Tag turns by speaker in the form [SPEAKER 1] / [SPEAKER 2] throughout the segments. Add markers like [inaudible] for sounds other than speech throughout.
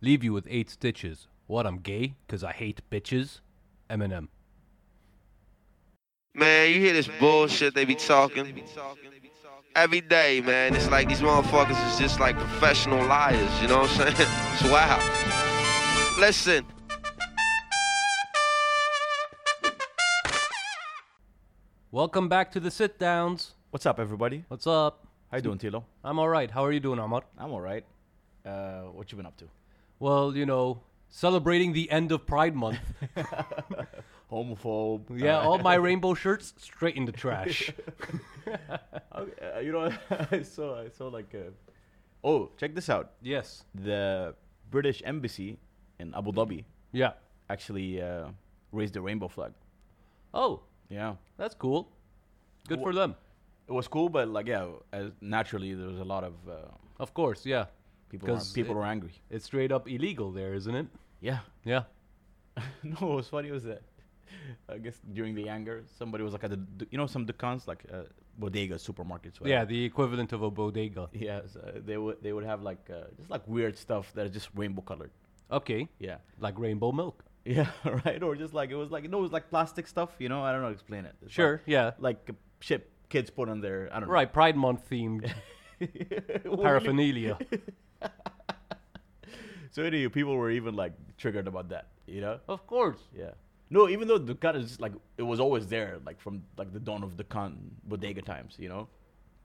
[SPEAKER 1] Leave you with eight stitches. What, I'm gay? Cause I hate bitches? Eminem.
[SPEAKER 2] Man, you hear this bullshit they be talking every day, man. It's like these motherfuckers is just like professional liars, you know what I'm saying? [laughs] It's wow. Listen.
[SPEAKER 1] Welcome back to the sit downs.
[SPEAKER 3] What's up, everybody?
[SPEAKER 1] What's up?
[SPEAKER 3] How you doing, Tilo?
[SPEAKER 1] I'm all right. How are you doing, Ahmad?
[SPEAKER 3] I'm all right. Uh, what you been up to?
[SPEAKER 1] Well, you know, celebrating the end of Pride Month.
[SPEAKER 3] Homophobe. oh.
[SPEAKER 1] Yeah, all my rainbow shirts straight in the trash.
[SPEAKER 3] [laughs] Okay, uh, you know, [laughs] I saw, I saw like, uh, oh, check this out.
[SPEAKER 1] yes.
[SPEAKER 3] The British embassy in Abu Dhabi
[SPEAKER 1] Yeah.
[SPEAKER 3] actually uh, raised the rainbow flag.
[SPEAKER 1] Oh,
[SPEAKER 3] Yeah,
[SPEAKER 1] that's cool. Good
[SPEAKER 3] Wha-
[SPEAKER 1] for them.
[SPEAKER 3] it was cool, but like, yeah, as naturally there was a lot of uh,
[SPEAKER 1] Of course, yeah.
[SPEAKER 3] people. Were,
[SPEAKER 1] 'Cause
[SPEAKER 3] people
[SPEAKER 1] it-
[SPEAKER 3] were angry.
[SPEAKER 1] It's straight up illegal there, isn't it?
[SPEAKER 3] Yeah. [laughs]
[SPEAKER 1] Yeah.
[SPEAKER 3] no, what was funny was that. I guess during the anger, somebody was like at the, d- you know, some dukans like uh, bodegas, supermarkets. whatever.
[SPEAKER 1] Yeah, the equivalent of a bodega.
[SPEAKER 3] Yeah, so they would they would have like uh, just like weird stuff that is just rainbow colored.
[SPEAKER 1] Okay.
[SPEAKER 3] Yeah. [laughs]
[SPEAKER 1] Like rainbow milk.
[SPEAKER 3] Yeah, right. Or just like it was like no, it was like plastic stuff. You know, I don't know how to explain it. It's
[SPEAKER 1] Sure,
[SPEAKER 3] Like,
[SPEAKER 1] yeah.
[SPEAKER 3] like uh, shit kids put on their I don't know.
[SPEAKER 1] Right, Pride Month themed
[SPEAKER 3] [laughs] Well, really-
[SPEAKER 1] paraphernalia.
[SPEAKER 3] so anyway, people were even like triggered about that. You know.
[SPEAKER 1] of course.
[SPEAKER 3] Yeah. No, even though the cut is just, like it was always there, like from like the dawn of the con bodega times. You know.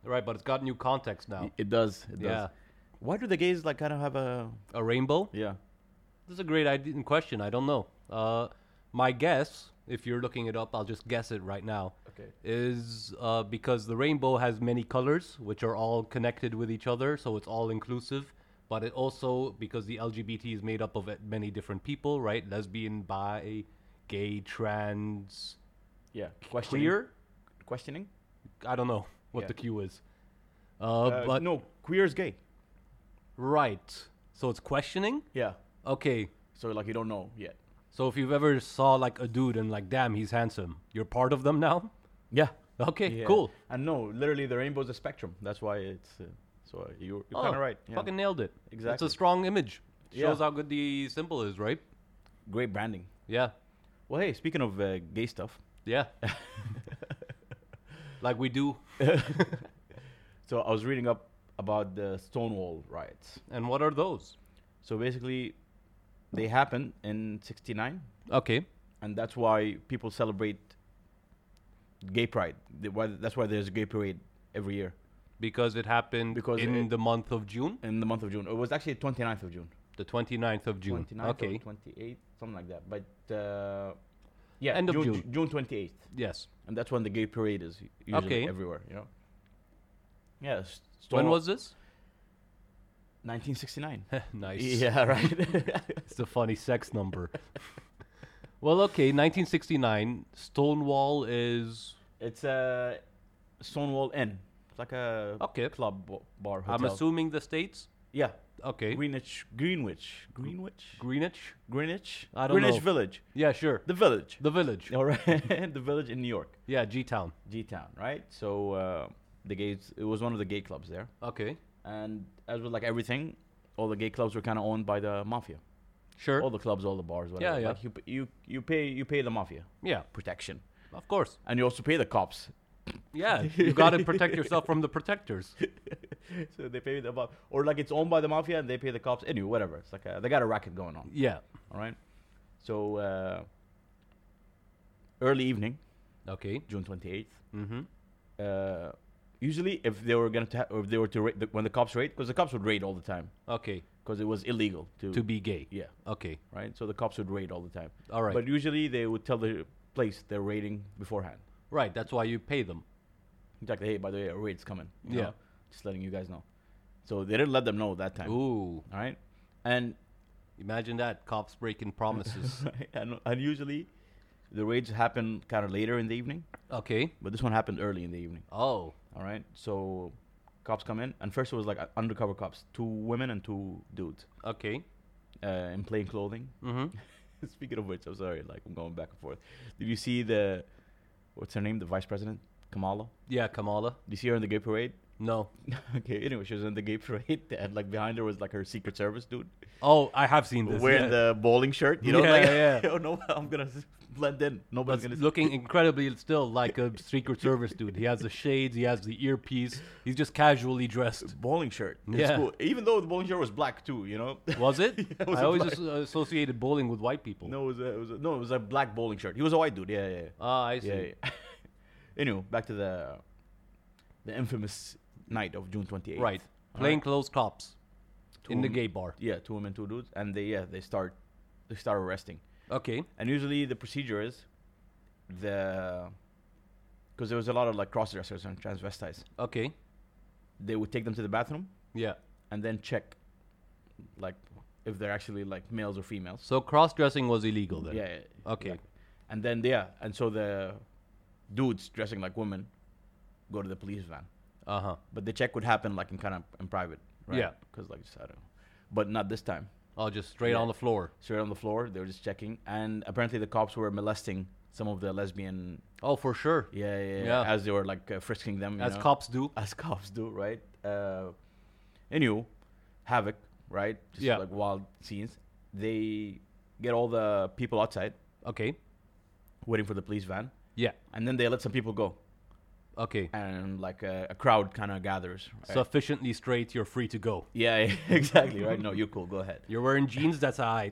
[SPEAKER 1] Right, but it's got new context now.
[SPEAKER 3] It does. It does.
[SPEAKER 1] Oh. Yeah.
[SPEAKER 3] Why do the gays like kind of have a
[SPEAKER 1] A rainbow?
[SPEAKER 3] yeah?
[SPEAKER 1] This is a great idea in question. I don't know. Uh, my guess, if you're looking it up, I'll just guess it right now.
[SPEAKER 3] Okay.
[SPEAKER 1] Is uh, because the rainbow has many colors, which are all connected with each other, so it's all inclusive. But it also because the LGBT is made up of it- many different people, right? Lesbian, bi, gay, trans,
[SPEAKER 3] Yeah. Questioning.
[SPEAKER 1] queer.
[SPEAKER 3] Questioning.
[SPEAKER 1] I don't know what
[SPEAKER 3] Yeah.
[SPEAKER 1] the Q is. Uh,
[SPEAKER 3] Uh,
[SPEAKER 1] but
[SPEAKER 3] no, queer is gay.
[SPEAKER 1] right, so it's questioning.
[SPEAKER 3] Yeah.
[SPEAKER 1] Okay,
[SPEAKER 3] So like you don't know yet.
[SPEAKER 1] so if you've ever saw like a dude and like, damn, he's handsome, you're part of them now. [laughs]
[SPEAKER 3] Yeah.
[SPEAKER 1] Okay,
[SPEAKER 3] Yeah.
[SPEAKER 1] cool.
[SPEAKER 3] And no, literally the rainbow's a spectrum. That's why it's. Uh, so uh, you're, you're
[SPEAKER 1] Oh,
[SPEAKER 3] kind of right. Yeah.
[SPEAKER 1] Fucking nailed it. It's
[SPEAKER 3] Exactly.
[SPEAKER 1] a strong image.
[SPEAKER 3] Yeah.
[SPEAKER 1] Shows how good the symbol is, right?
[SPEAKER 3] Great branding.
[SPEAKER 1] Yeah.
[SPEAKER 3] Well, hey, speaking of uh, gay stuff,
[SPEAKER 1] Yeah.
[SPEAKER 3] [laughs]
[SPEAKER 1] like we do.
[SPEAKER 3] so I was reading up about the Stonewall riots.
[SPEAKER 1] And what are those?
[SPEAKER 3] So basically, they happened in '69,
[SPEAKER 1] Okay.
[SPEAKER 3] and that's why people celebrate gay pride. The- why- That's why there's a gay parade every year
[SPEAKER 1] Because it happened
[SPEAKER 3] Because
[SPEAKER 1] in
[SPEAKER 3] it-
[SPEAKER 1] the month of June,
[SPEAKER 3] in the month of June. It was actually 29th of June.
[SPEAKER 1] the 29th of June.
[SPEAKER 3] 29th
[SPEAKER 1] okay.
[SPEAKER 3] or 28th, something like that. But uh, yeah,
[SPEAKER 1] End of June.
[SPEAKER 3] June. June 28th.
[SPEAKER 1] yes.
[SPEAKER 3] and that's when the gay parade is u- usually
[SPEAKER 1] Okay.
[SPEAKER 3] everywhere. You know. Yeah. s-
[SPEAKER 1] When
[SPEAKER 3] Stonewall-
[SPEAKER 1] was this? [laughs]
[SPEAKER 3] 1969?
[SPEAKER 1] nice.
[SPEAKER 3] [laughs] yeah, right. [laughs]
[SPEAKER 1] It's a funny sex number. [laughs] well, okay, 1969. Stonewall is.
[SPEAKER 3] it's a uh, Stonewall Inn. It's like a
[SPEAKER 1] Okay.
[SPEAKER 3] club b- bar hotel.
[SPEAKER 1] I'm assuming the States?
[SPEAKER 3] Yeah.
[SPEAKER 1] Okay.
[SPEAKER 3] Greenwich, Greenwich, Greenwich,
[SPEAKER 1] Greenwich?
[SPEAKER 3] Greenwich.
[SPEAKER 1] I don't
[SPEAKER 3] Greenwich
[SPEAKER 1] know.
[SPEAKER 3] Village.
[SPEAKER 1] Yeah, sure.
[SPEAKER 3] The village.
[SPEAKER 1] The village.
[SPEAKER 3] All right, [laughs] the village in New York,
[SPEAKER 1] Yeah, G Town.
[SPEAKER 3] G Town, right? So uh, the gays. It was one of the gay clubs there,
[SPEAKER 1] Okay.
[SPEAKER 3] and as with like everything, all the gay clubs were kind of owned by the mafia.
[SPEAKER 1] Sure.
[SPEAKER 3] all the clubs, all the bars, whatever.
[SPEAKER 1] yeah.
[SPEAKER 3] Like you, p- you, you pay you pay the mafia
[SPEAKER 1] yeah,
[SPEAKER 3] protection,
[SPEAKER 1] of course.
[SPEAKER 3] and you also pay the cops. [laughs]
[SPEAKER 1] Yeah, you got to protect yourself from the protectors.
[SPEAKER 3] so they pay the mob, or like it's owned by the mafia and they pay the cops. Anyway, whatever. It's like a, they got a racket going on.
[SPEAKER 1] Yeah.
[SPEAKER 3] All right. So uh, early evening,
[SPEAKER 1] Okay.
[SPEAKER 3] June twenty eighth.
[SPEAKER 1] Mm-hmm.
[SPEAKER 3] Uh, usually, if they were gonna, ta- or if they were to raid, the, when the cops raid, because the cops would raid all the time,
[SPEAKER 1] Okay.
[SPEAKER 3] because it was illegal to,
[SPEAKER 1] To be gay.
[SPEAKER 3] yeah,
[SPEAKER 1] Okay.
[SPEAKER 3] right. So the cops would raid all the time.
[SPEAKER 1] All right.
[SPEAKER 3] But usually they would tell the place they're raiding beforehand.
[SPEAKER 1] Right. That's why you pay them.
[SPEAKER 3] Exactly. Hey, by the way, a raid's coming.
[SPEAKER 1] Yeah.
[SPEAKER 3] yeah. Just letting you guys know. So they didn't let them know that time.
[SPEAKER 1] Ooh.
[SPEAKER 3] All right.
[SPEAKER 1] [laughs]
[SPEAKER 3] And, [laughs]
[SPEAKER 1] Imagine that cops breaking promises.
[SPEAKER 3] and and usually the raids happen kind of later in the evening,
[SPEAKER 1] okay.
[SPEAKER 3] but this one happened early in the evening.
[SPEAKER 1] Oh.
[SPEAKER 3] All right. So cops come in, and first it was like uh, undercover cops, two women and two dudes
[SPEAKER 1] Okay.
[SPEAKER 3] uh, in plain clothing. [laughs]
[SPEAKER 1] Mm-hmm.
[SPEAKER 3] Speaking of which, I'm sorry, like I'm going back and forth. Did you see the what's her name, the vice president Kamala?
[SPEAKER 1] Yeah, Kamala.
[SPEAKER 3] Did you see her in the gay parade?
[SPEAKER 1] No.
[SPEAKER 3] [laughs] okay, anyway, she was in the gay [laughs] parade, and like behind her was like her Secret Service dude
[SPEAKER 1] Oh, I have seen this.
[SPEAKER 3] wearing
[SPEAKER 1] yeah.
[SPEAKER 3] the bowling shirt. You know,
[SPEAKER 1] Yeah,
[SPEAKER 3] like, [laughs]
[SPEAKER 1] yeah.
[SPEAKER 3] oh no, I'm gonna blend in. Nobody's
[SPEAKER 1] That's
[SPEAKER 3] gonna see.
[SPEAKER 1] looking incredibly still like a Secret Service dude. He has the shades, he has the earpiece. He's just casually dressed.
[SPEAKER 3] bowling shirt. It's
[SPEAKER 1] Yeah.
[SPEAKER 3] cool. Even though the bowling shirt was black too, you know. [laughs]
[SPEAKER 1] Was it?
[SPEAKER 3] Yeah, it was
[SPEAKER 1] I
[SPEAKER 3] a
[SPEAKER 1] always
[SPEAKER 3] black-
[SPEAKER 1] as- associated bowling with white people.
[SPEAKER 3] no, it was, a, it was a, no, it was a black bowling shirt. He was a white dude. Yeah, yeah, yeah.
[SPEAKER 1] Ah, I see.
[SPEAKER 3] yeah, yeah. [laughs] anyway, back to the the infamous night of June 28th.
[SPEAKER 1] Right.
[SPEAKER 3] All right.
[SPEAKER 1] Plainclothes cops in the
[SPEAKER 3] Two-
[SPEAKER 1] gay bar.
[SPEAKER 3] Yeah, two women, two dudes, and they yeah they start they start arresting.
[SPEAKER 1] Okay.
[SPEAKER 3] And usually the procedure is the because there was a lot of like cross dressers and transvestites.
[SPEAKER 1] Okay.
[SPEAKER 3] They would take them to the bathroom
[SPEAKER 1] Yeah.
[SPEAKER 3] and then check like if they're actually like males or females.
[SPEAKER 1] So cross dressing was illegal then.
[SPEAKER 3] Yeah. yeah,
[SPEAKER 1] Okay.
[SPEAKER 3] like- and then yeah, and so the dudes dressing like women go to the police van,
[SPEAKER 1] Uh huh.
[SPEAKER 3] but the check would happen like in kind of in private, right?
[SPEAKER 1] Yeah.
[SPEAKER 3] Because like I don't know, but not this time.
[SPEAKER 1] Oh, just straight
[SPEAKER 3] Yeah.
[SPEAKER 1] on the floor.
[SPEAKER 3] Straight on the floor, they were just checking, and apparently the cops were molesting some of the lesbian.
[SPEAKER 1] Oh, for sure.
[SPEAKER 3] Yeah, yeah, yeah,
[SPEAKER 1] Yeah.
[SPEAKER 3] As they were like uh, frisking them, you
[SPEAKER 1] As
[SPEAKER 3] know?
[SPEAKER 1] cops do.
[SPEAKER 3] as cops do, right? Uh, anywho, havoc, right? Just
[SPEAKER 1] Yeah.
[SPEAKER 3] like wild scenes. They get all the people outside
[SPEAKER 1] Okay.
[SPEAKER 3] waiting for the police van,
[SPEAKER 1] Yeah.
[SPEAKER 3] and then they let some people go,
[SPEAKER 1] Okay.
[SPEAKER 3] and like a, a crowd kind of gathers. right?
[SPEAKER 1] Sufficiently straight, you're free to go.
[SPEAKER 3] yeah, [laughs] yeah, exactly. Right? No, you're cool. Go
[SPEAKER 1] [laughs]
[SPEAKER 3] ahead.
[SPEAKER 1] You're wearing jeans, that's
[SPEAKER 3] [laughs]
[SPEAKER 1] high.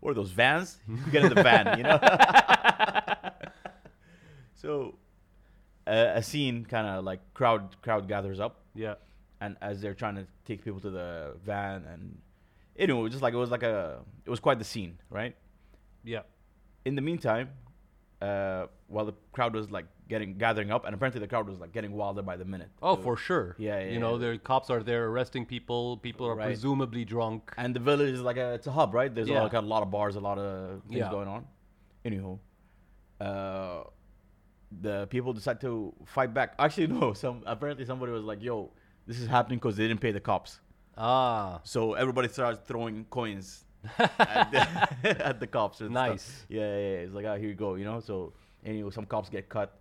[SPEAKER 3] Or those vans. You get in the van, you know. [laughs] so, uh, a scene kind of like crowd crowd gathers up,
[SPEAKER 1] yeah.
[SPEAKER 3] and as they're trying to take people to the van and anyway, it was just like it was like a it was quite the scene, right?
[SPEAKER 1] Yeah.
[SPEAKER 3] In the meantime, uh, while the crowd was like getting gathering up, and apparently the crowd was like getting wilder by the minute.
[SPEAKER 1] Oh,
[SPEAKER 3] So-
[SPEAKER 1] for sure.
[SPEAKER 3] Yeah, yeah,
[SPEAKER 1] You know,
[SPEAKER 3] yeah.
[SPEAKER 1] the cops are there arresting people. People are
[SPEAKER 3] Right.
[SPEAKER 1] presumably drunk.
[SPEAKER 3] And the village is like a it's a hub, right? There's a,
[SPEAKER 1] Yeah.
[SPEAKER 3] lot, got a lot of bars, a lot of things
[SPEAKER 1] Yeah.
[SPEAKER 3] going on. Anyhow, uh, the people decide to fight back. Actually, [laughs] no. Some apparently somebody was like, "Yo, this is happening because they didn't pay the cops."
[SPEAKER 1] Ah,
[SPEAKER 3] So everybody starts throwing coins at,
[SPEAKER 1] [laughs]
[SPEAKER 3] the, [laughs] at the cops. and stuff.
[SPEAKER 1] Nice.
[SPEAKER 3] Yeah, yeah, yeah. It's like, ah, here you go, you know? So, anyway, some cops get cut.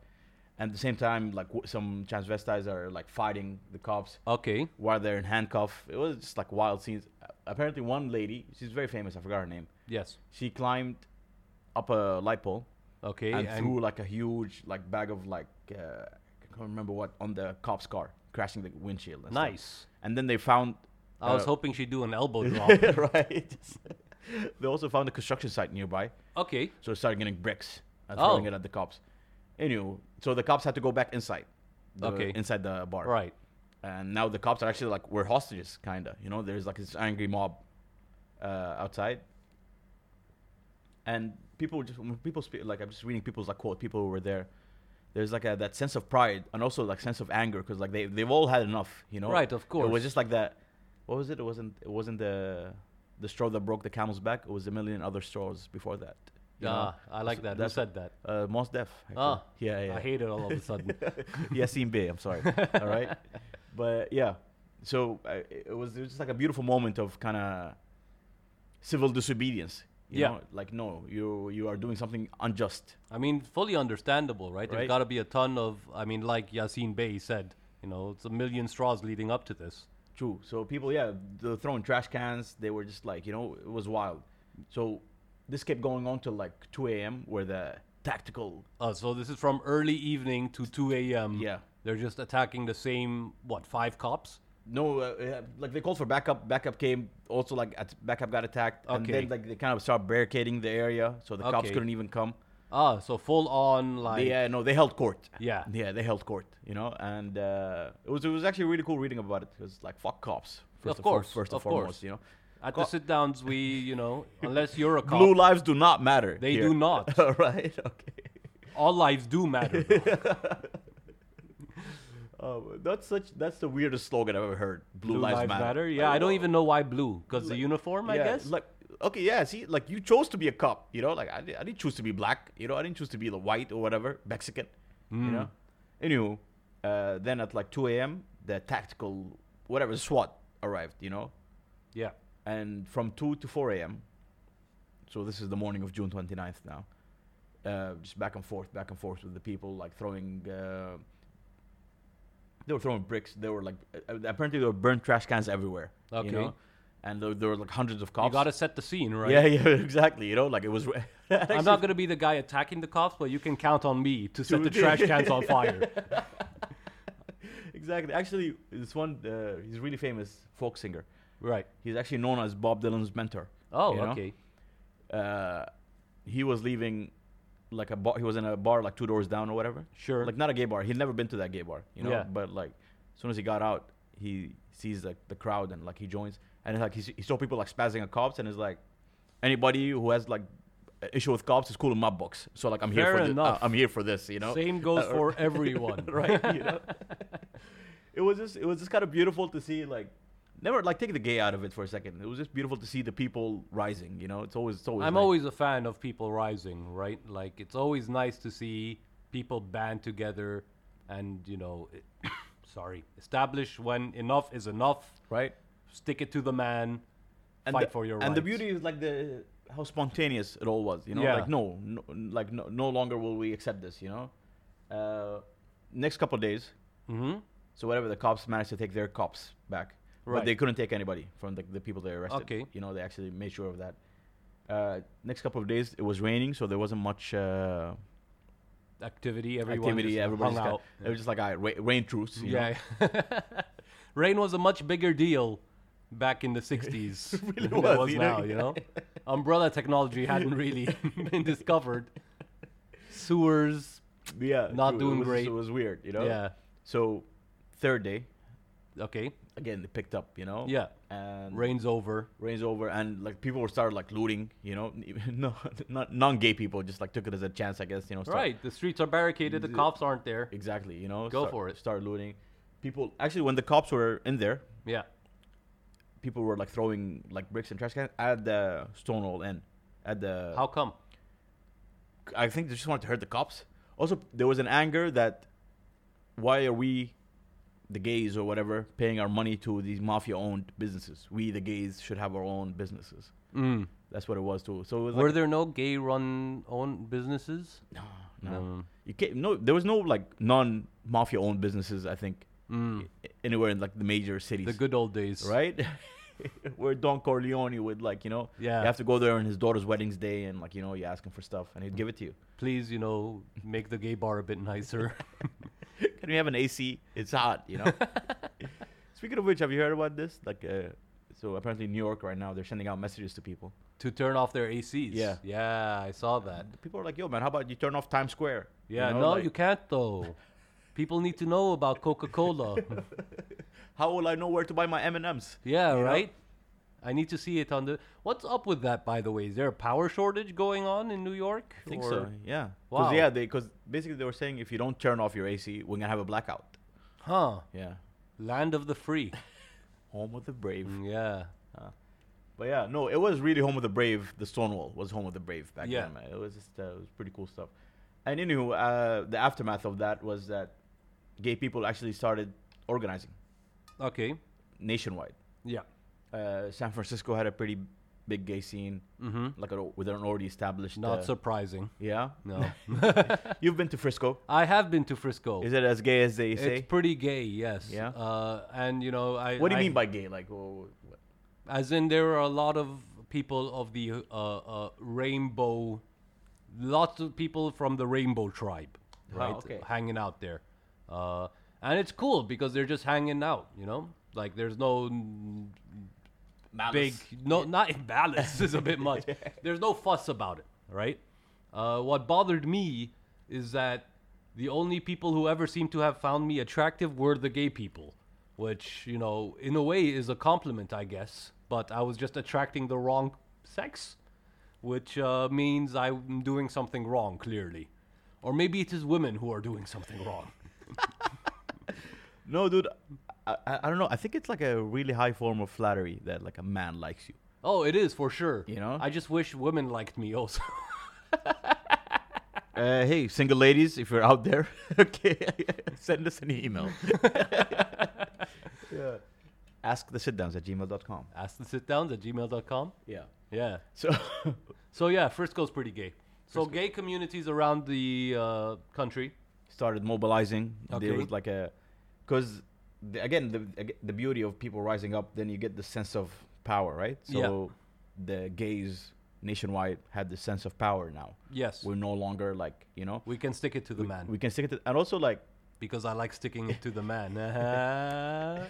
[SPEAKER 3] And at the same time, like, w- some transvestites are, like, fighting the cops
[SPEAKER 1] okay.
[SPEAKER 3] while they're in handcuff. It was just, like, wild scenes. A- Apparently, one lady, she's very famous, I forgot her name,
[SPEAKER 1] Yes.
[SPEAKER 3] she climbed up a light pole
[SPEAKER 1] Okay.
[SPEAKER 3] and,
[SPEAKER 1] and-
[SPEAKER 3] threw, like, a huge, like, bag of, like, uh, I can't remember what, on the cop's car, crashing the windshield. and stuff.
[SPEAKER 1] nice.
[SPEAKER 3] And then they found.
[SPEAKER 1] I was
[SPEAKER 3] uh,
[SPEAKER 1] hoping she'd do an
[SPEAKER 3] [laughs]
[SPEAKER 1] elbow drop. [laughs]
[SPEAKER 3] right. [laughs] they also found a construction site nearby,
[SPEAKER 1] okay.
[SPEAKER 3] so they started getting bricks and throwing
[SPEAKER 1] Oh.
[SPEAKER 3] it at the cops. Anyway, so the cops had to go back inside. the-
[SPEAKER 1] Okay.
[SPEAKER 3] Inside the bar.
[SPEAKER 1] Right.
[SPEAKER 3] And now the cops are actually like we're hostages, kinda. You know, there's like this angry mob uh, outside, and people just when people speak like I'm just reading people's like quote. People who were there. There's like a, that sense of pride and also like sense of anger because like they they've all had enough, you know.
[SPEAKER 1] Right, of
[SPEAKER 3] It was
[SPEAKER 1] course.
[SPEAKER 3] just like that. What was it? It wasn't. It wasn't the the straw that broke the camel's back. It was a million other straws before that. you know?
[SPEAKER 1] Ah, I like that. Who
[SPEAKER 3] that's-
[SPEAKER 1] said that?
[SPEAKER 3] Uh, Mos Def. actually.
[SPEAKER 1] Ah,
[SPEAKER 3] yeah, yeah.
[SPEAKER 1] I hate it all
[SPEAKER 3] [laughs]
[SPEAKER 1] of a sudden.
[SPEAKER 3] Yassine Bey, I'm sorry. All
[SPEAKER 1] [laughs]
[SPEAKER 3] right. But yeah, so uh, it it was, it was just like a beautiful moment of kind of civil disobedience. You
[SPEAKER 1] Yeah.
[SPEAKER 3] Know? Like, no, you you are doing something unjust.
[SPEAKER 1] I mean, fully understandable, right?
[SPEAKER 3] Right.
[SPEAKER 1] There's got to be a ton of, I mean, like Yassine Bey said, you know, it's a million straws leading up to this.
[SPEAKER 3] True. So people, yeah, they were throwing trash cans. They were just like, you know, it was wild. So this kept going on till like 2 a.m. where the tactical,
[SPEAKER 1] Uh, so this is from early evening to 2 a.m.
[SPEAKER 3] Yeah.
[SPEAKER 1] They're just attacking the same, what, five cops?
[SPEAKER 3] no, uh, uh, like they called for backup. Backup came. Also, like at, backup got attacked. And
[SPEAKER 1] Okay.
[SPEAKER 3] then like they kind of started barricading the area, so the cops
[SPEAKER 1] Okay.
[SPEAKER 3] couldn't even come.
[SPEAKER 1] Ah, so full on, like,
[SPEAKER 3] They, uh, no, they held court.
[SPEAKER 1] Yeah.
[SPEAKER 3] yeah, they held court. You know, and uh, it was it was actually really cool reading about it because like fuck cops.
[SPEAKER 1] Of
[SPEAKER 3] and
[SPEAKER 1] course,
[SPEAKER 3] first and
[SPEAKER 1] of course.
[SPEAKER 3] foremost, you know,
[SPEAKER 1] at
[SPEAKER 3] co-
[SPEAKER 1] the sit downs, we, you know,
[SPEAKER 3] [laughs]
[SPEAKER 1] unless you're a cop,
[SPEAKER 3] blue lives do not matter.
[SPEAKER 1] They
[SPEAKER 3] here.
[SPEAKER 1] do not.
[SPEAKER 3] [laughs] All right, okay.
[SPEAKER 1] all lives do
[SPEAKER 3] [laughs]
[SPEAKER 1] matter. though.
[SPEAKER 3] Um, that's such that's the weirdest slogan I've ever heard. Blue, lives, matter.
[SPEAKER 1] Yeah,
[SPEAKER 3] Like,
[SPEAKER 1] I don't
[SPEAKER 3] whoa.
[SPEAKER 1] even know why blue, because the uniform, I
[SPEAKER 3] yeah,
[SPEAKER 1] guess.
[SPEAKER 3] Like, okay, yeah. See, like you chose to be a cop. You know, like I, di- I didn't choose to be black. You know, I didn't choose to be the white or whatever Mexican.
[SPEAKER 1] Hmm.
[SPEAKER 3] You know. Anywho, uh, then at like 2 a.m., the tactical whatever SWAT arrived. You know,
[SPEAKER 1] yeah.
[SPEAKER 3] and from 2 to 4 a.m. So this is the morning of June 29th now. Uh, just back and forth, back and forth with the people, like throwing uh, They were throwing bricks. They were like, uh, apparently, there were burned trash cans everywhere.
[SPEAKER 1] Okay.
[SPEAKER 3] You know? And there, there were like hundreds of cops.
[SPEAKER 1] You gotta set the scene, right?
[SPEAKER 3] Yeah, [laughs] yeah, exactly. You know, like it was. [laughs]
[SPEAKER 1] I'm not gonna be the guy attacking the cops, but you can count on me
[SPEAKER 3] [laughs]
[SPEAKER 1] to set the trash cans on fire.
[SPEAKER 3] exactly. Actually, this one, uh, he's really famous folk singer.
[SPEAKER 1] Right.
[SPEAKER 3] He's actually known as Bob Dylan's mentor.
[SPEAKER 1] Oh,
[SPEAKER 3] you know?
[SPEAKER 1] okay.
[SPEAKER 3] Uh, he was leaving, like a bar. He was in a bar like two doors down or whatever.
[SPEAKER 1] Sure.
[SPEAKER 3] Like not a gay bar. He'd never been to that gay bar, you know.
[SPEAKER 1] Yeah.
[SPEAKER 3] But like, as soon as he got out, he sees like the crowd and like he joins and like he's, he saw people like spazzing at cops and is like, anybody who has like a issue with cops is cool in my books. So like I'm here
[SPEAKER 1] Fair
[SPEAKER 3] for this.
[SPEAKER 1] enough.
[SPEAKER 3] I'm here for this, you know.
[SPEAKER 1] Same
[SPEAKER 3] [laughs]
[SPEAKER 1] goes
[SPEAKER 3] Uh,
[SPEAKER 1] for [laughs] everyone.
[SPEAKER 3] right? You know, [laughs] it was just it was just kind of beautiful to see like never like take the gay out of it for a second. It was just beautiful to see the people rising. You know, it's always it's always.
[SPEAKER 1] I'm
[SPEAKER 3] nice.
[SPEAKER 1] always a fan of people rising, right? Like it's always nice to see people band together and, you know, [coughs] sorry, establish when enough is enough,
[SPEAKER 3] right.
[SPEAKER 1] stick it to the man,
[SPEAKER 3] And
[SPEAKER 1] fight
[SPEAKER 3] the,
[SPEAKER 1] for your
[SPEAKER 3] and the
[SPEAKER 1] rights.
[SPEAKER 3] beauty is like the how spontaneous it all was. You know,
[SPEAKER 1] Yeah.
[SPEAKER 3] like no, no, like no, no longer will we accept this. You know, uh, next couple of days.
[SPEAKER 1] Mhm.
[SPEAKER 3] So whatever the cops managed to take their cops back,
[SPEAKER 1] Right.
[SPEAKER 3] but they couldn't take anybody from the, the people they arrested.
[SPEAKER 1] Okay.
[SPEAKER 3] You know, they actually made sure of that. Uh, next couple of days, it was raining, so there wasn't much uh,
[SPEAKER 1] Activity, everyone
[SPEAKER 3] activity.
[SPEAKER 1] just hung
[SPEAKER 3] Everybody just
[SPEAKER 1] out.
[SPEAKER 3] got, it was just like, all right, ra- rain truce. you know?
[SPEAKER 1] yeah. [laughs] Rain was a much bigger deal back in the
[SPEAKER 3] [laughs]
[SPEAKER 1] 60s
[SPEAKER 3] really
[SPEAKER 1] than it
[SPEAKER 3] was,
[SPEAKER 1] was
[SPEAKER 3] you know?
[SPEAKER 1] now, you
[SPEAKER 3] [laughs]
[SPEAKER 1] know? Umbrella technology hadn't really been discovered. Sewers,
[SPEAKER 3] [laughs] yeah.
[SPEAKER 1] [laughs] Not
[SPEAKER 3] it was-
[SPEAKER 1] doing
[SPEAKER 3] it was,
[SPEAKER 1] great.
[SPEAKER 3] It was weird, you know.
[SPEAKER 1] Yeah.
[SPEAKER 3] So, third day,
[SPEAKER 1] okay.
[SPEAKER 3] again, they picked up. You know.
[SPEAKER 1] Yeah.
[SPEAKER 3] And
[SPEAKER 1] Rain's over.
[SPEAKER 3] rain's over and like people were started like looting you know [laughs] no not non-gay people just like took it as a chance i guess you know start-
[SPEAKER 1] Right. The streets are barricaded. The
[SPEAKER 3] The-
[SPEAKER 1] cops aren't there.
[SPEAKER 3] exactly you know
[SPEAKER 1] Go
[SPEAKER 3] start-
[SPEAKER 1] for it.
[SPEAKER 3] start looting people actually when the cops were in there
[SPEAKER 1] Yeah.
[SPEAKER 3] people were like throwing like bricks and trash cans at the stonewall inn at the
[SPEAKER 1] How come?
[SPEAKER 3] i think they just wanted to hurt the cops also there was an anger that why are we the gays or whatever paying our money to these mafia owned businesses we the gays should have our own businesses
[SPEAKER 1] Mm.
[SPEAKER 3] that's what it was too so it was like
[SPEAKER 1] Were there no gay-run own businesses? Mm.
[SPEAKER 3] No, no. You can't. No, there was no like non-mafia owned businesses. I think
[SPEAKER 1] Mm.
[SPEAKER 3] i- anywhere in like the major cities,
[SPEAKER 1] The good old days.
[SPEAKER 3] [laughs] right? Where Don Corleone would like, you know,
[SPEAKER 1] Yeah.
[SPEAKER 3] you have to go there on his daughter's wedding's day, and like, you know, you ask him for stuff, and he'd give it to you.
[SPEAKER 1] Please, you know, make the gay bar a bit nicer.
[SPEAKER 3] [laughs]
[SPEAKER 1] [laughs]
[SPEAKER 3] Can we have an AC? It's hot, you [laughs] know. Speaking of which, have you heard about this? Like, uh, so apparently in New York right now, they're sending out messages to people.
[SPEAKER 1] to turn off their ACs.
[SPEAKER 3] Yeah.
[SPEAKER 1] Yeah, I saw that.
[SPEAKER 3] People are like, yo, man, how about you turn off Times Square?
[SPEAKER 1] Yeah,
[SPEAKER 3] know,
[SPEAKER 1] no,
[SPEAKER 3] like,
[SPEAKER 1] you can't though. People need to know about
[SPEAKER 3] [laughs]
[SPEAKER 1] Coca-Cola.
[SPEAKER 3] [laughs] How will I know where to buy my M and M's?
[SPEAKER 1] yeah, right. I need to see it on the. What's up with that, by the way? Is there a power shortage going on in New York?
[SPEAKER 3] I think
[SPEAKER 1] Or-
[SPEAKER 3] so. Yeah.
[SPEAKER 1] Wow.
[SPEAKER 3] Cause, yeah, they because basically they were saying if you don't turn off your AC, we're gonna have a blackout.
[SPEAKER 1] Huh?
[SPEAKER 3] Yeah.
[SPEAKER 1] Land of the free. Mm,
[SPEAKER 3] Home of the brave.
[SPEAKER 1] yeah.
[SPEAKER 3] But yeah, no, it was really home of the brave. The Stonewall was home of the brave back
[SPEAKER 1] Yeah.
[SPEAKER 3] then. man. It was just uh, it was pretty cool stuff. And anywho, uh, the aftermath of that was that gay people actually started organizing
[SPEAKER 1] Okay.
[SPEAKER 3] nationwide.
[SPEAKER 1] Yeah.
[SPEAKER 3] Uh, San Francisco had a pretty big gay scene,
[SPEAKER 1] Mm-hmm.
[SPEAKER 3] like a, with an already established.
[SPEAKER 1] Not
[SPEAKER 3] uh,
[SPEAKER 1] surprising.
[SPEAKER 3] Yeah. [laughs]
[SPEAKER 1] No. [laughs]
[SPEAKER 3] You've been to Frisco.
[SPEAKER 1] I have been to Frisco.
[SPEAKER 3] Is it as gay as they say?
[SPEAKER 1] it's pretty gay, yes.
[SPEAKER 3] Yeah?
[SPEAKER 1] Uh, and you know, I.
[SPEAKER 3] what do you
[SPEAKER 1] I-
[SPEAKER 3] mean by gay? Like, wh- wh- what?
[SPEAKER 1] As in, there are a lot of people of the uh, uh, rainbow, lots of people from the rainbow tribe,
[SPEAKER 3] Wow,
[SPEAKER 1] right?
[SPEAKER 3] okay.
[SPEAKER 1] Hanging out there, uh, and it's cool because they're just hanging out. You know, like there's no n- big, no, not imbalance [laughs] is a bit
[SPEAKER 3] [laughs]
[SPEAKER 1] much. There's no fuss about it, right? Uh, what bothered me is that the only people who ever seemed to have found me attractive were the gay people, which, you know, in a way is a compliment, I guess, but I was just attracting the wrong sex, which uh, means I'm doing something wrong, clearly. Or maybe it is women who are doing something wrong.
[SPEAKER 3] No, dude, I, I, I don't know. I think it's like a really high form of flattery that like a man likes you.
[SPEAKER 1] Oh, it is for sure.
[SPEAKER 3] You know?
[SPEAKER 1] I just wish women liked me
[SPEAKER 3] [laughs]
[SPEAKER 1] also. [laughs]
[SPEAKER 3] Uh, hey, single ladies, if you're out there, [laughs] okay, send us an email. [laughs] yeah. [laughs] Ask the sitdowns at gmail.com.
[SPEAKER 1] Ask the sitdowns at gmail.com.
[SPEAKER 3] Yeah.
[SPEAKER 1] Yeah.
[SPEAKER 3] So, [laughs]
[SPEAKER 1] So yeah, Frisco's pretty gay. So gay communities around the uh, country.
[SPEAKER 3] started mobilizing.
[SPEAKER 1] Okay.
[SPEAKER 3] There was like a because the, again the ag- the beauty of people rising up then you get the sense of power right
[SPEAKER 1] Yeah.
[SPEAKER 3] so the gays nationwide had the sense of power now
[SPEAKER 1] Yes.
[SPEAKER 3] we're no longer like you know
[SPEAKER 1] We can stick it to the man
[SPEAKER 3] we can stick it to, and also like
[SPEAKER 1] because I like sticking it to the
[SPEAKER 3] [laughs]
[SPEAKER 1] man. Uh-huh.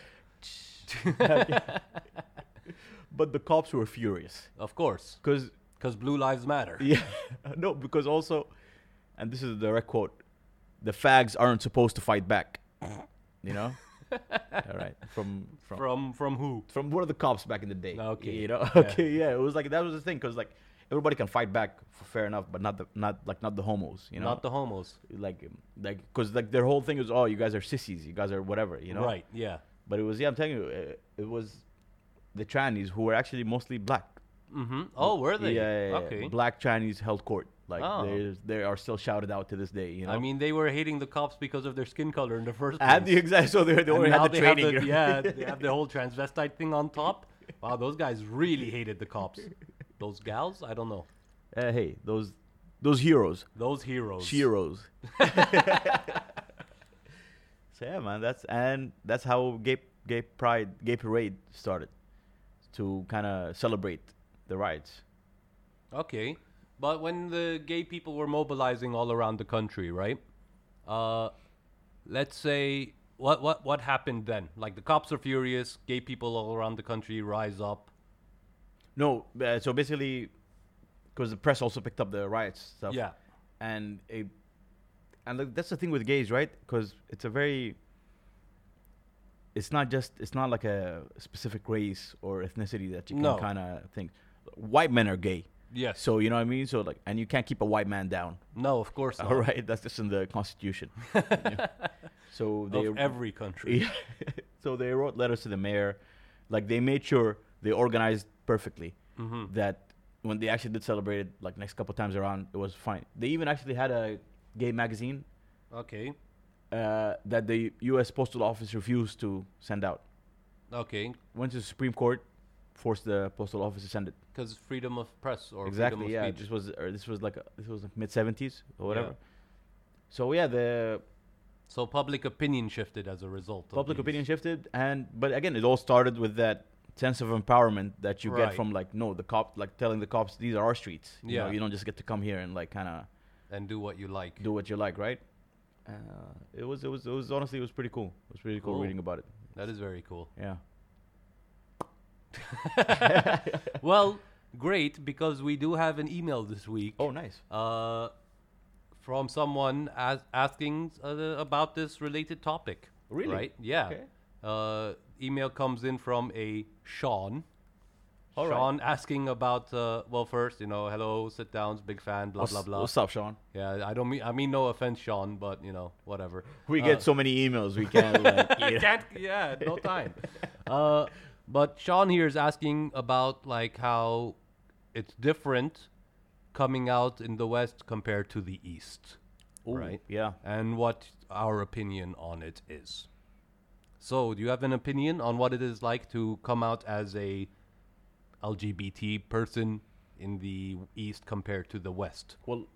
[SPEAKER 3] but the cops were furious
[SPEAKER 1] of course,
[SPEAKER 3] because
[SPEAKER 1] because blue lives matter.
[SPEAKER 3] yeah [laughs] no because also and this is a direct quote the fags aren't supposed to fight back
[SPEAKER 1] [laughs]
[SPEAKER 3] you know all right from from
[SPEAKER 1] From from who?
[SPEAKER 3] from one of the cops back in the day.
[SPEAKER 1] Okay.
[SPEAKER 3] you know,
[SPEAKER 1] Yeah.
[SPEAKER 3] okay, yeah, it was like that was the thing because like everybody can fight back, f fair enough, but not the not like not the homos, you know,
[SPEAKER 1] Not the homos.
[SPEAKER 3] like um, like because like their whole thing is oh you guys are sissies, you guys are whatever, you know,
[SPEAKER 1] Right. Yeah.
[SPEAKER 3] But it was yeah, I'm telling you, it, it was the trannies who were actually mostly black.
[SPEAKER 1] Mm-hmm. Oh, were they?
[SPEAKER 3] Yeah, yeah, yeah.
[SPEAKER 1] okay.
[SPEAKER 3] E Black Chinese held court. Like
[SPEAKER 1] Oh.
[SPEAKER 3] they they are still shouted out to this day, you know. [laughs]
[SPEAKER 1] I mean, they were hating the cops because of their skin color in the first place.
[SPEAKER 3] and the exact so they they
[SPEAKER 1] And
[SPEAKER 3] already
[SPEAKER 1] now
[SPEAKER 3] had the
[SPEAKER 1] they have
[SPEAKER 3] training.
[SPEAKER 1] the-
[SPEAKER 3] [laughs]
[SPEAKER 1] yeah, they have the whole transvestite thing on top. Wow, those guys really hated the cops. Those gals, I don't know.
[SPEAKER 3] Uh, hey, those those heroes.
[SPEAKER 1] Those heroes. [laughs]
[SPEAKER 3] Cheeros. [laughs] so yeah, man, that's and that's how gay gay pride gay parade started to kind of celebrate the riots.
[SPEAKER 1] Okay, but when the gay people were mobilizing all around the country, right? Uh, let's say what what what happened then? Like the cops are furious. Gay people all around the country rise up.
[SPEAKER 3] No, uh, so basically, because the press also picked up the riots stuff.
[SPEAKER 1] Yeah.
[SPEAKER 3] and it, and like, that's the thing with gays, right? Because it's a very it's not just it's not like a specific race or ethnicity that you can
[SPEAKER 1] No.
[SPEAKER 3] kind of think. White men are gay.
[SPEAKER 1] Yes.
[SPEAKER 3] So you know what I mean. So like, and you can't keep a white man down.
[SPEAKER 1] no, of course not.
[SPEAKER 3] [laughs] All right, that's just in the
[SPEAKER 1] [laughs]
[SPEAKER 3] constitution. Yeah. So they
[SPEAKER 1] Of every country.
[SPEAKER 3] [laughs] Yeah. so they wrote letters to the mayor, like they made sure they organized perfectly
[SPEAKER 1] Mm-hmm.
[SPEAKER 3] that when they actually did celebrate it, like next couple times around, it was fine. They even actually had a gay magazine
[SPEAKER 1] Okay.
[SPEAKER 3] uh, that the U.S. Postal Office refused to send out.
[SPEAKER 1] Okay.
[SPEAKER 3] Went to the Supreme Court, forced the Postal Office to send it.
[SPEAKER 1] Because freedom of press or
[SPEAKER 3] exactly
[SPEAKER 1] freedom
[SPEAKER 3] yeah
[SPEAKER 1] of speech.
[SPEAKER 3] this was or this was like a, this was like mid 70s or whatever
[SPEAKER 1] Yeah.
[SPEAKER 3] so yeah the
[SPEAKER 1] So public opinion shifted as a result. of
[SPEAKER 3] public
[SPEAKER 1] these.
[SPEAKER 3] opinion shifted and but again it all started with that sense of empowerment that you
[SPEAKER 1] Right.
[SPEAKER 3] get from like no the cop like telling the cops these are our streets you know,
[SPEAKER 1] Yeah.
[SPEAKER 3] you don't just get to come here and like kind of
[SPEAKER 1] And do what you like.
[SPEAKER 3] do what you like right uh, it was it was it was honestly it was pretty cool it was pretty cool,
[SPEAKER 1] Cool.
[SPEAKER 3] reading about it
[SPEAKER 1] That is very cool. [laughs]
[SPEAKER 3] yeah [laughs]
[SPEAKER 1] well, great because we do have an email this week.
[SPEAKER 3] oh nice
[SPEAKER 1] uh, from someone as, asking uh, about this related topic.
[SPEAKER 3] Really?
[SPEAKER 1] Right? Yeah.
[SPEAKER 3] Okay.
[SPEAKER 1] Uh, email comes in from a Sean.
[SPEAKER 3] All right.
[SPEAKER 1] Sean asking about uh, well, first you know, hello, sit downs, big fan, blah
[SPEAKER 3] what's,
[SPEAKER 1] blah blah.
[SPEAKER 3] what's up sean
[SPEAKER 1] Yeah, I don't mean I mean no offense, Sean, but you know whatever.
[SPEAKER 3] we
[SPEAKER 1] Uh,
[SPEAKER 3] get so many emails we
[SPEAKER 1] [laughs]
[SPEAKER 3] can't like,
[SPEAKER 1] I
[SPEAKER 3] you know.
[SPEAKER 1] can't. Yeah, no time. Uh, but Sean here is asking about like how it's different coming out in the West compared to the East,
[SPEAKER 3] Ooh,
[SPEAKER 1] right?
[SPEAKER 3] yeah
[SPEAKER 1] And what our opinion on it is. So, do you have an opinion on what it is like to come out as a LGBT person in the East compared to the West?
[SPEAKER 3] Well,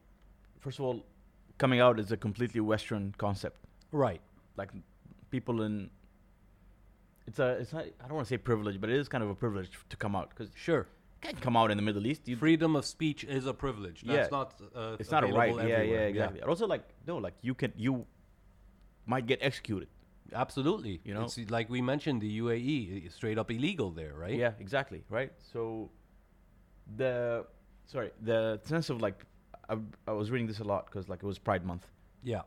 [SPEAKER 3] first of all, coming out is a completely Western concept.
[SPEAKER 1] Right.
[SPEAKER 3] Like people in it's a it's not I don't want to say privilege, but it is kind of a privilege to come out because you
[SPEAKER 1] Sure.
[SPEAKER 3] can't come out in the Middle East. You,
[SPEAKER 1] Freedom of speech is a privilege. That's
[SPEAKER 3] Yeah.
[SPEAKER 1] not. Uh,
[SPEAKER 3] it's not a right.
[SPEAKER 1] available
[SPEAKER 3] Yeah, yeah,
[SPEAKER 1] everywhere.
[SPEAKER 3] exactly. And also, like no, like you can you might get executed.
[SPEAKER 1] Absolutely.
[SPEAKER 3] You know?
[SPEAKER 1] it's like we mentioned the UAE is straight up illegal there, right?
[SPEAKER 3] Yeah, exactly. Right. So the sorry the sense of like I, I was reading this a lot because like it was Pride Month.
[SPEAKER 1] Yeah.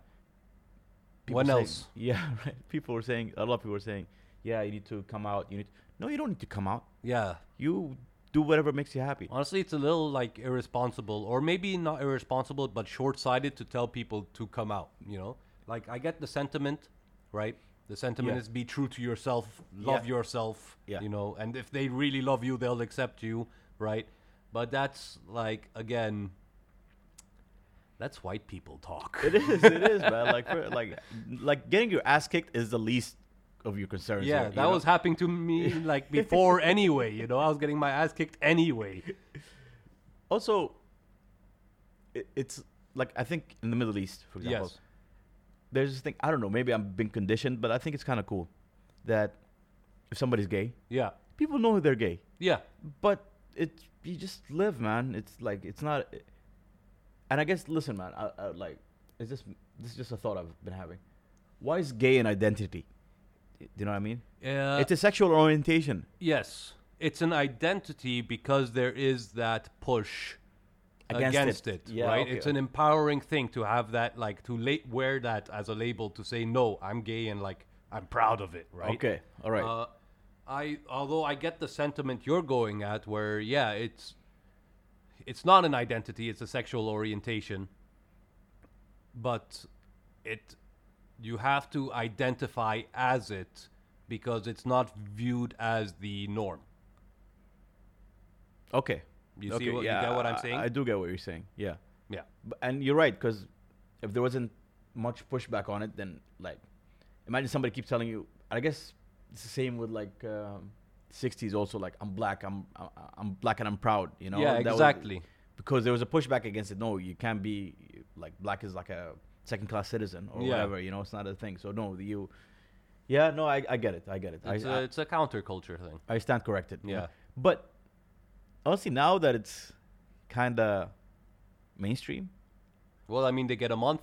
[SPEAKER 3] people
[SPEAKER 1] When
[SPEAKER 3] saying-
[SPEAKER 1] else?
[SPEAKER 3] [laughs] Yeah, right. People were saying a lot of people were saying, yeah, you need to come out. You need no, you don't need to come out.
[SPEAKER 1] Yeah.
[SPEAKER 3] You do whatever makes you happy.
[SPEAKER 1] Honestly, it's a little like irresponsible, or maybe not irresponsible, but short-sighted to tell people to come out. You know, like I get the sentiment, right? The sentiment
[SPEAKER 3] Yeah.
[SPEAKER 1] is be true to yourself, love
[SPEAKER 3] Yeah.
[SPEAKER 1] yourself.
[SPEAKER 3] Yeah.
[SPEAKER 1] You know, and if they really love you, they'll accept you, right? But that's like again, that's white people talk.
[SPEAKER 3] It is, it is, man. Like, for, like, like getting your ass kicked is the least of your concerns.
[SPEAKER 1] Yeah,
[SPEAKER 3] here, you
[SPEAKER 1] that
[SPEAKER 3] know?
[SPEAKER 1] was happening to
[SPEAKER 3] [laughs]
[SPEAKER 1] me like before anyway. You know, I was getting my ass kicked anyway.
[SPEAKER 3] also. It, it's like I think in the Middle East, for example,
[SPEAKER 1] Yes.
[SPEAKER 3] there's this thing. I don't know. Maybe I'm being conditioned, but I think it's kind of cool that if somebody's gay,
[SPEAKER 1] Yeah.
[SPEAKER 3] people know they're gay.
[SPEAKER 1] Yeah.
[SPEAKER 3] But it's you just live, man. It's like it's not. And I guess listen, man. I, I like is this this is just a thought I've been having. Why is gay an identity? Do you know what I mean?
[SPEAKER 1] Uh,
[SPEAKER 3] it's a sexual orientation.
[SPEAKER 1] Yes, it's an identity because there is that push
[SPEAKER 3] Against
[SPEAKER 1] against,
[SPEAKER 3] it.
[SPEAKER 1] it,
[SPEAKER 3] Yeah,
[SPEAKER 1] right?
[SPEAKER 3] okay.
[SPEAKER 1] It's an empowering thing to have that, like, to la- wear that as a label to say, no, I'm gay and like I'm proud of it, right?
[SPEAKER 3] Okay, all right.
[SPEAKER 1] Uh, I although I get the sentiment you're going at, where yeah, it's it's not an identity; it's a sexual orientation. But it you have to identify as it because it's not viewed as the norm.
[SPEAKER 3] okay.
[SPEAKER 1] Uh, you see
[SPEAKER 3] okay,
[SPEAKER 1] what- you get what I'm
[SPEAKER 3] I-
[SPEAKER 1] saying?
[SPEAKER 3] I, do get what you're saying. Yeah.
[SPEAKER 1] Yeah,
[SPEAKER 3] B- And you're right, because if there wasn't much pushback on it, then like, imagine somebody keeps telling you. I guess it's the same with like um, '60s. Also, like I'm black. I'm I- I'm black and I'm proud. You know.
[SPEAKER 1] Yeah,
[SPEAKER 3] That was-
[SPEAKER 1] exactly.
[SPEAKER 3] because there was a pushback against it. No, you can't be like black is like a second class citizen or
[SPEAKER 1] Yeah.
[SPEAKER 3] whatever. You know, it's not a thing. So no, you. Yeah, no, I, I get it. I get it. I
[SPEAKER 1] it's,
[SPEAKER 3] I-
[SPEAKER 1] a, it's a counterculture thing.
[SPEAKER 3] I stand corrected. you know.
[SPEAKER 1] Yeah.
[SPEAKER 3] But honestly, now that it's kind of mainstream,
[SPEAKER 1] Well, I mean, they get a month.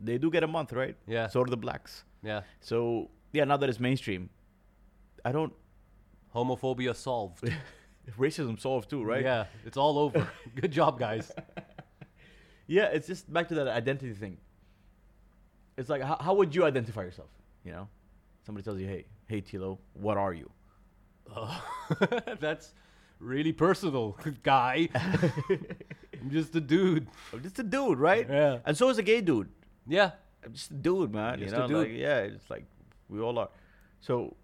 [SPEAKER 3] they do get a month, right?
[SPEAKER 1] Yeah.
[SPEAKER 3] So do the blacks.
[SPEAKER 1] Yeah,
[SPEAKER 3] So yeah, now that it's mainstream, I don't [laughs]
[SPEAKER 1] homophobia solved.
[SPEAKER 3] racism solved too, [laughs] right?
[SPEAKER 1] Yeah, it's all
[SPEAKER 3] [laughs]
[SPEAKER 1] over. Good job, guys.
[SPEAKER 3] Yeah. It's just back to that identity thing. It's like how, how would you identify yourself? You know, somebody tells you, hey, hey, Tilo, what are you?
[SPEAKER 1] [laughs] That's really personal, [laughs] guy. I'm just a dude.
[SPEAKER 3] I'm just a dude, right?
[SPEAKER 1] Yeah.
[SPEAKER 3] And so is a gay dude.
[SPEAKER 1] Yeah.
[SPEAKER 3] I'm just a dude, man.
[SPEAKER 1] Just
[SPEAKER 3] you
[SPEAKER 1] a
[SPEAKER 3] know, like
[SPEAKER 1] dude.
[SPEAKER 3] yeah, it's like we all are. So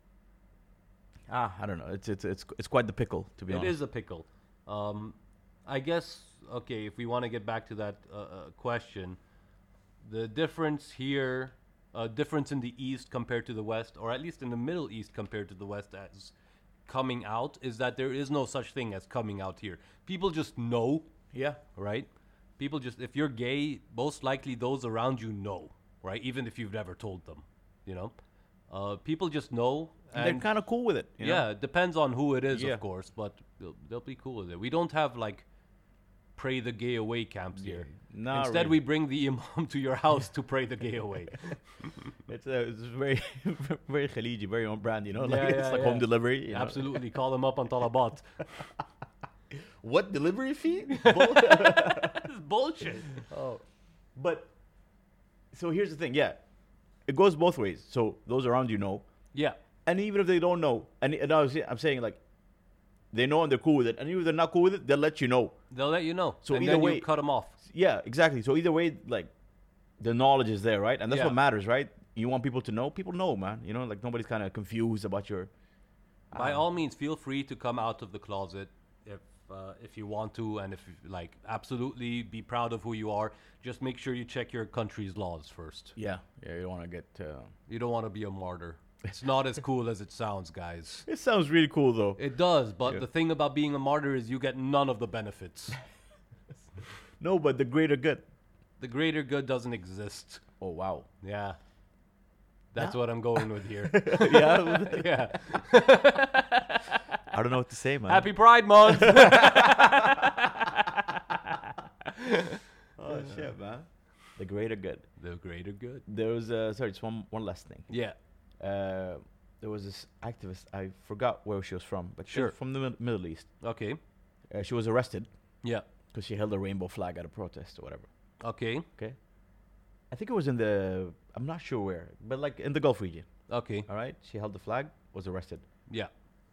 [SPEAKER 3] ah, I don't know. It's it's it's it's quite the pickle to be
[SPEAKER 1] It
[SPEAKER 3] honest.
[SPEAKER 1] is a pickle. Um, I guess okay. If we want to get back to that uh, uh, question, the difference here, uh, difference in the East compared to the West, or at least in the Middle East compared to the West, as coming out, is that there is no such thing as coming out here. People just know,
[SPEAKER 3] Yeah.
[SPEAKER 1] right? People just if you're gay, most likely those around you know, right? Even if you've never told them, you know. Uh, people just know,
[SPEAKER 3] And they're
[SPEAKER 1] and
[SPEAKER 3] kind of cool with it. You
[SPEAKER 1] yeah,
[SPEAKER 3] Know?
[SPEAKER 1] it depends on who it is,
[SPEAKER 3] Yeah.
[SPEAKER 1] of course, but they'll, they'll be cool with it. We don't have like pray the gay away camps here.
[SPEAKER 3] not
[SPEAKER 1] Instead, we
[SPEAKER 3] really.
[SPEAKER 1] bring the [laughs] imam to your house to pray the gay
[SPEAKER 3] [laughs]
[SPEAKER 1] away.
[SPEAKER 3] It's, uh, it's very [laughs] very Khaliji, very on brand. You know, like
[SPEAKER 1] Yeah,
[SPEAKER 3] it's
[SPEAKER 1] yeah,
[SPEAKER 3] like home
[SPEAKER 1] yeah.
[SPEAKER 3] delivery. you know.
[SPEAKER 1] Absolutely, call them up on
[SPEAKER 3] [laughs]
[SPEAKER 1] Talabat.
[SPEAKER 3] What delivery
[SPEAKER 1] [laughs]
[SPEAKER 3] fee? [laughs]
[SPEAKER 1] This is bullshit.
[SPEAKER 3] but so here's the thing. Yeah, it goes both ways. So those around you know,
[SPEAKER 1] Yeah,
[SPEAKER 3] and even if they don't know, and, and I was, I'm saying like, they know and they're cool with it, and even if they're not cool with it, they'll let you know.
[SPEAKER 1] they'll let you know.
[SPEAKER 3] So
[SPEAKER 1] and
[SPEAKER 3] either
[SPEAKER 1] then
[SPEAKER 3] way-
[SPEAKER 1] you cut them off.
[SPEAKER 3] Yeah, exactly. So either way, like the knowledge is there, right? And that's
[SPEAKER 1] Yeah.
[SPEAKER 3] what matters, right? You want people to know. People know, man. You know, like nobody's kind of confused about your. ah.
[SPEAKER 1] By all means, feel free to come out of the closet if uh, if you want to, and if you- like, absolutely be proud of who you are. Just make sure you check your country's laws first.
[SPEAKER 3] Yeah, yeah. You don't want to get. Uh...
[SPEAKER 1] You don't want to be a martyr. It's not as cool as it sounds, guys.
[SPEAKER 3] [laughs] It sounds really cool though.
[SPEAKER 1] It does, but the thing about being a martyr is you get none of the benefits. [laughs]
[SPEAKER 3] No, but the greater good.
[SPEAKER 1] the greater good doesn't exist.
[SPEAKER 3] Oh wow.
[SPEAKER 1] Yeah. That's what I'm going with here.
[SPEAKER 3] [laughs]
[SPEAKER 1] [laughs]
[SPEAKER 3] yeah,
[SPEAKER 1] yeah.
[SPEAKER 3] I don't know what to say, man.
[SPEAKER 1] Happy Pride
[SPEAKER 3] [laughs]
[SPEAKER 1] Month.
[SPEAKER 3] Oh shit, man. The greater good.
[SPEAKER 1] the greater good.
[SPEAKER 3] There was uh, sorry, just one one last thing.
[SPEAKER 1] Yeah.
[SPEAKER 3] Uh, there was this activist. I forgot where she was from, but she
[SPEAKER 1] Sure.
[SPEAKER 3] was from the Mid- Middle East.
[SPEAKER 1] Okay.
[SPEAKER 3] Uh, she was arrested
[SPEAKER 1] Yeah.
[SPEAKER 3] because she held a rainbow flag at a protest or whatever.
[SPEAKER 1] Okay.
[SPEAKER 3] Okay. I think it was in the I'm not sure where, but like in the Gulf region.
[SPEAKER 1] Okay.
[SPEAKER 3] All right. She held the flag. Was arrested.
[SPEAKER 1] Yeah.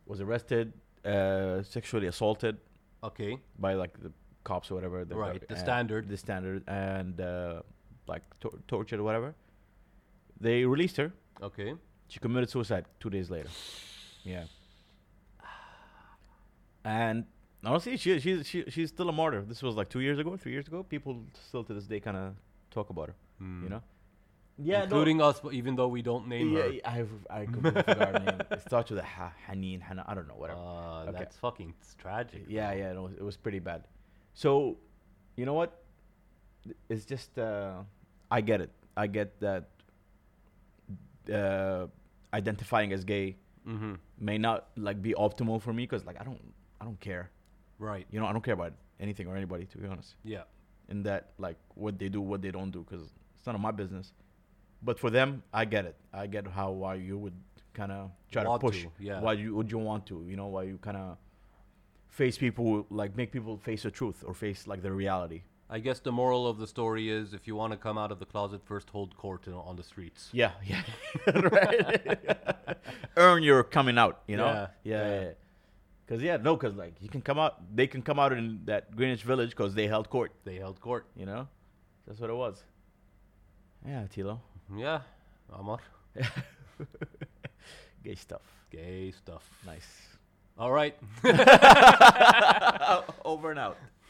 [SPEAKER 3] Was arrested. Uh, sexually assaulted
[SPEAKER 1] Okay.
[SPEAKER 3] by like the cops or whatever. the-
[SPEAKER 1] Right, the
[SPEAKER 3] uh,
[SPEAKER 1] standard.
[SPEAKER 3] The standard and uh, like tor- tortured or whatever. They released her.
[SPEAKER 1] Okay.
[SPEAKER 3] She committed suicide two days later. Yeah. And honestly, she, she, she, she's still a martyr. This was like two years ago, three years ago. People still to this day kind of talk about her, you know? Mm. Yeah,
[SPEAKER 1] Hmm. Including us, but even though we don't name
[SPEAKER 3] yeah,
[SPEAKER 1] her.
[SPEAKER 3] yeah, I, I completely forgot her name. It starts with a ha, Haneen, Hana, I don't know, whatever.
[SPEAKER 1] Uh,
[SPEAKER 3] Okay.
[SPEAKER 1] That's fucking tragic.
[SPEAKER 3] yeah, yeah, no, it was pretty bad. So, you know what? It's just, uh, I get it. I get that uh, identifying as gay
[SPEAKER 1] Mhm.
[SPEAKER 3] may not like be optimal for me because like I don't I don't care.
[SPEAKER 1] Right.
[SPEAKER 3] You know, I don't care about anything or anybody to be honest.
[SPEAKER 1] Yeah.
[SPEAKER 3] In that like what they do, what they don't do, because it's none of my business. But for them, I get it. I get how why you would kind of try
[SPEAKER 1] Want
[SPEAKER 3] to push.
[SPEAKER 1] to, yeah.
[SPEAKER 3] Why you would you want to? You know, why you kind of face people like make people face the truth or face like the reality.
[SPEAKER 1] I guess the moral of the story is if you want to come out of the closet, first hold court in- on the streets.
[SPEAKER 3] Yeah, [laughs] yeah, right. [laughs] Earn your coming out, you know.
[SPEAKER 1] Yeah,
[SPEAKER 3] Yeah, yeah.
[SPEAKER 1] yeah.
[SPEAKER 3] yeah, Cause yeah, no, cause like you can come out, they can come out in that Greenwich Village, cause they held court,
[SPEAKER 1] They held court.
[SPEAKER 3] you know. That's what it was. Yeah, Tilo,
[SPEAKER 1] Yeah. Amar.
[SPEAKER 3] gay stuff.
[SPEAKER 1] Gay stuff.
[SPEAKER 3] Nice.
[SPEAKER 1] All right.
[SPEAKER 3] [laughs] Over and out.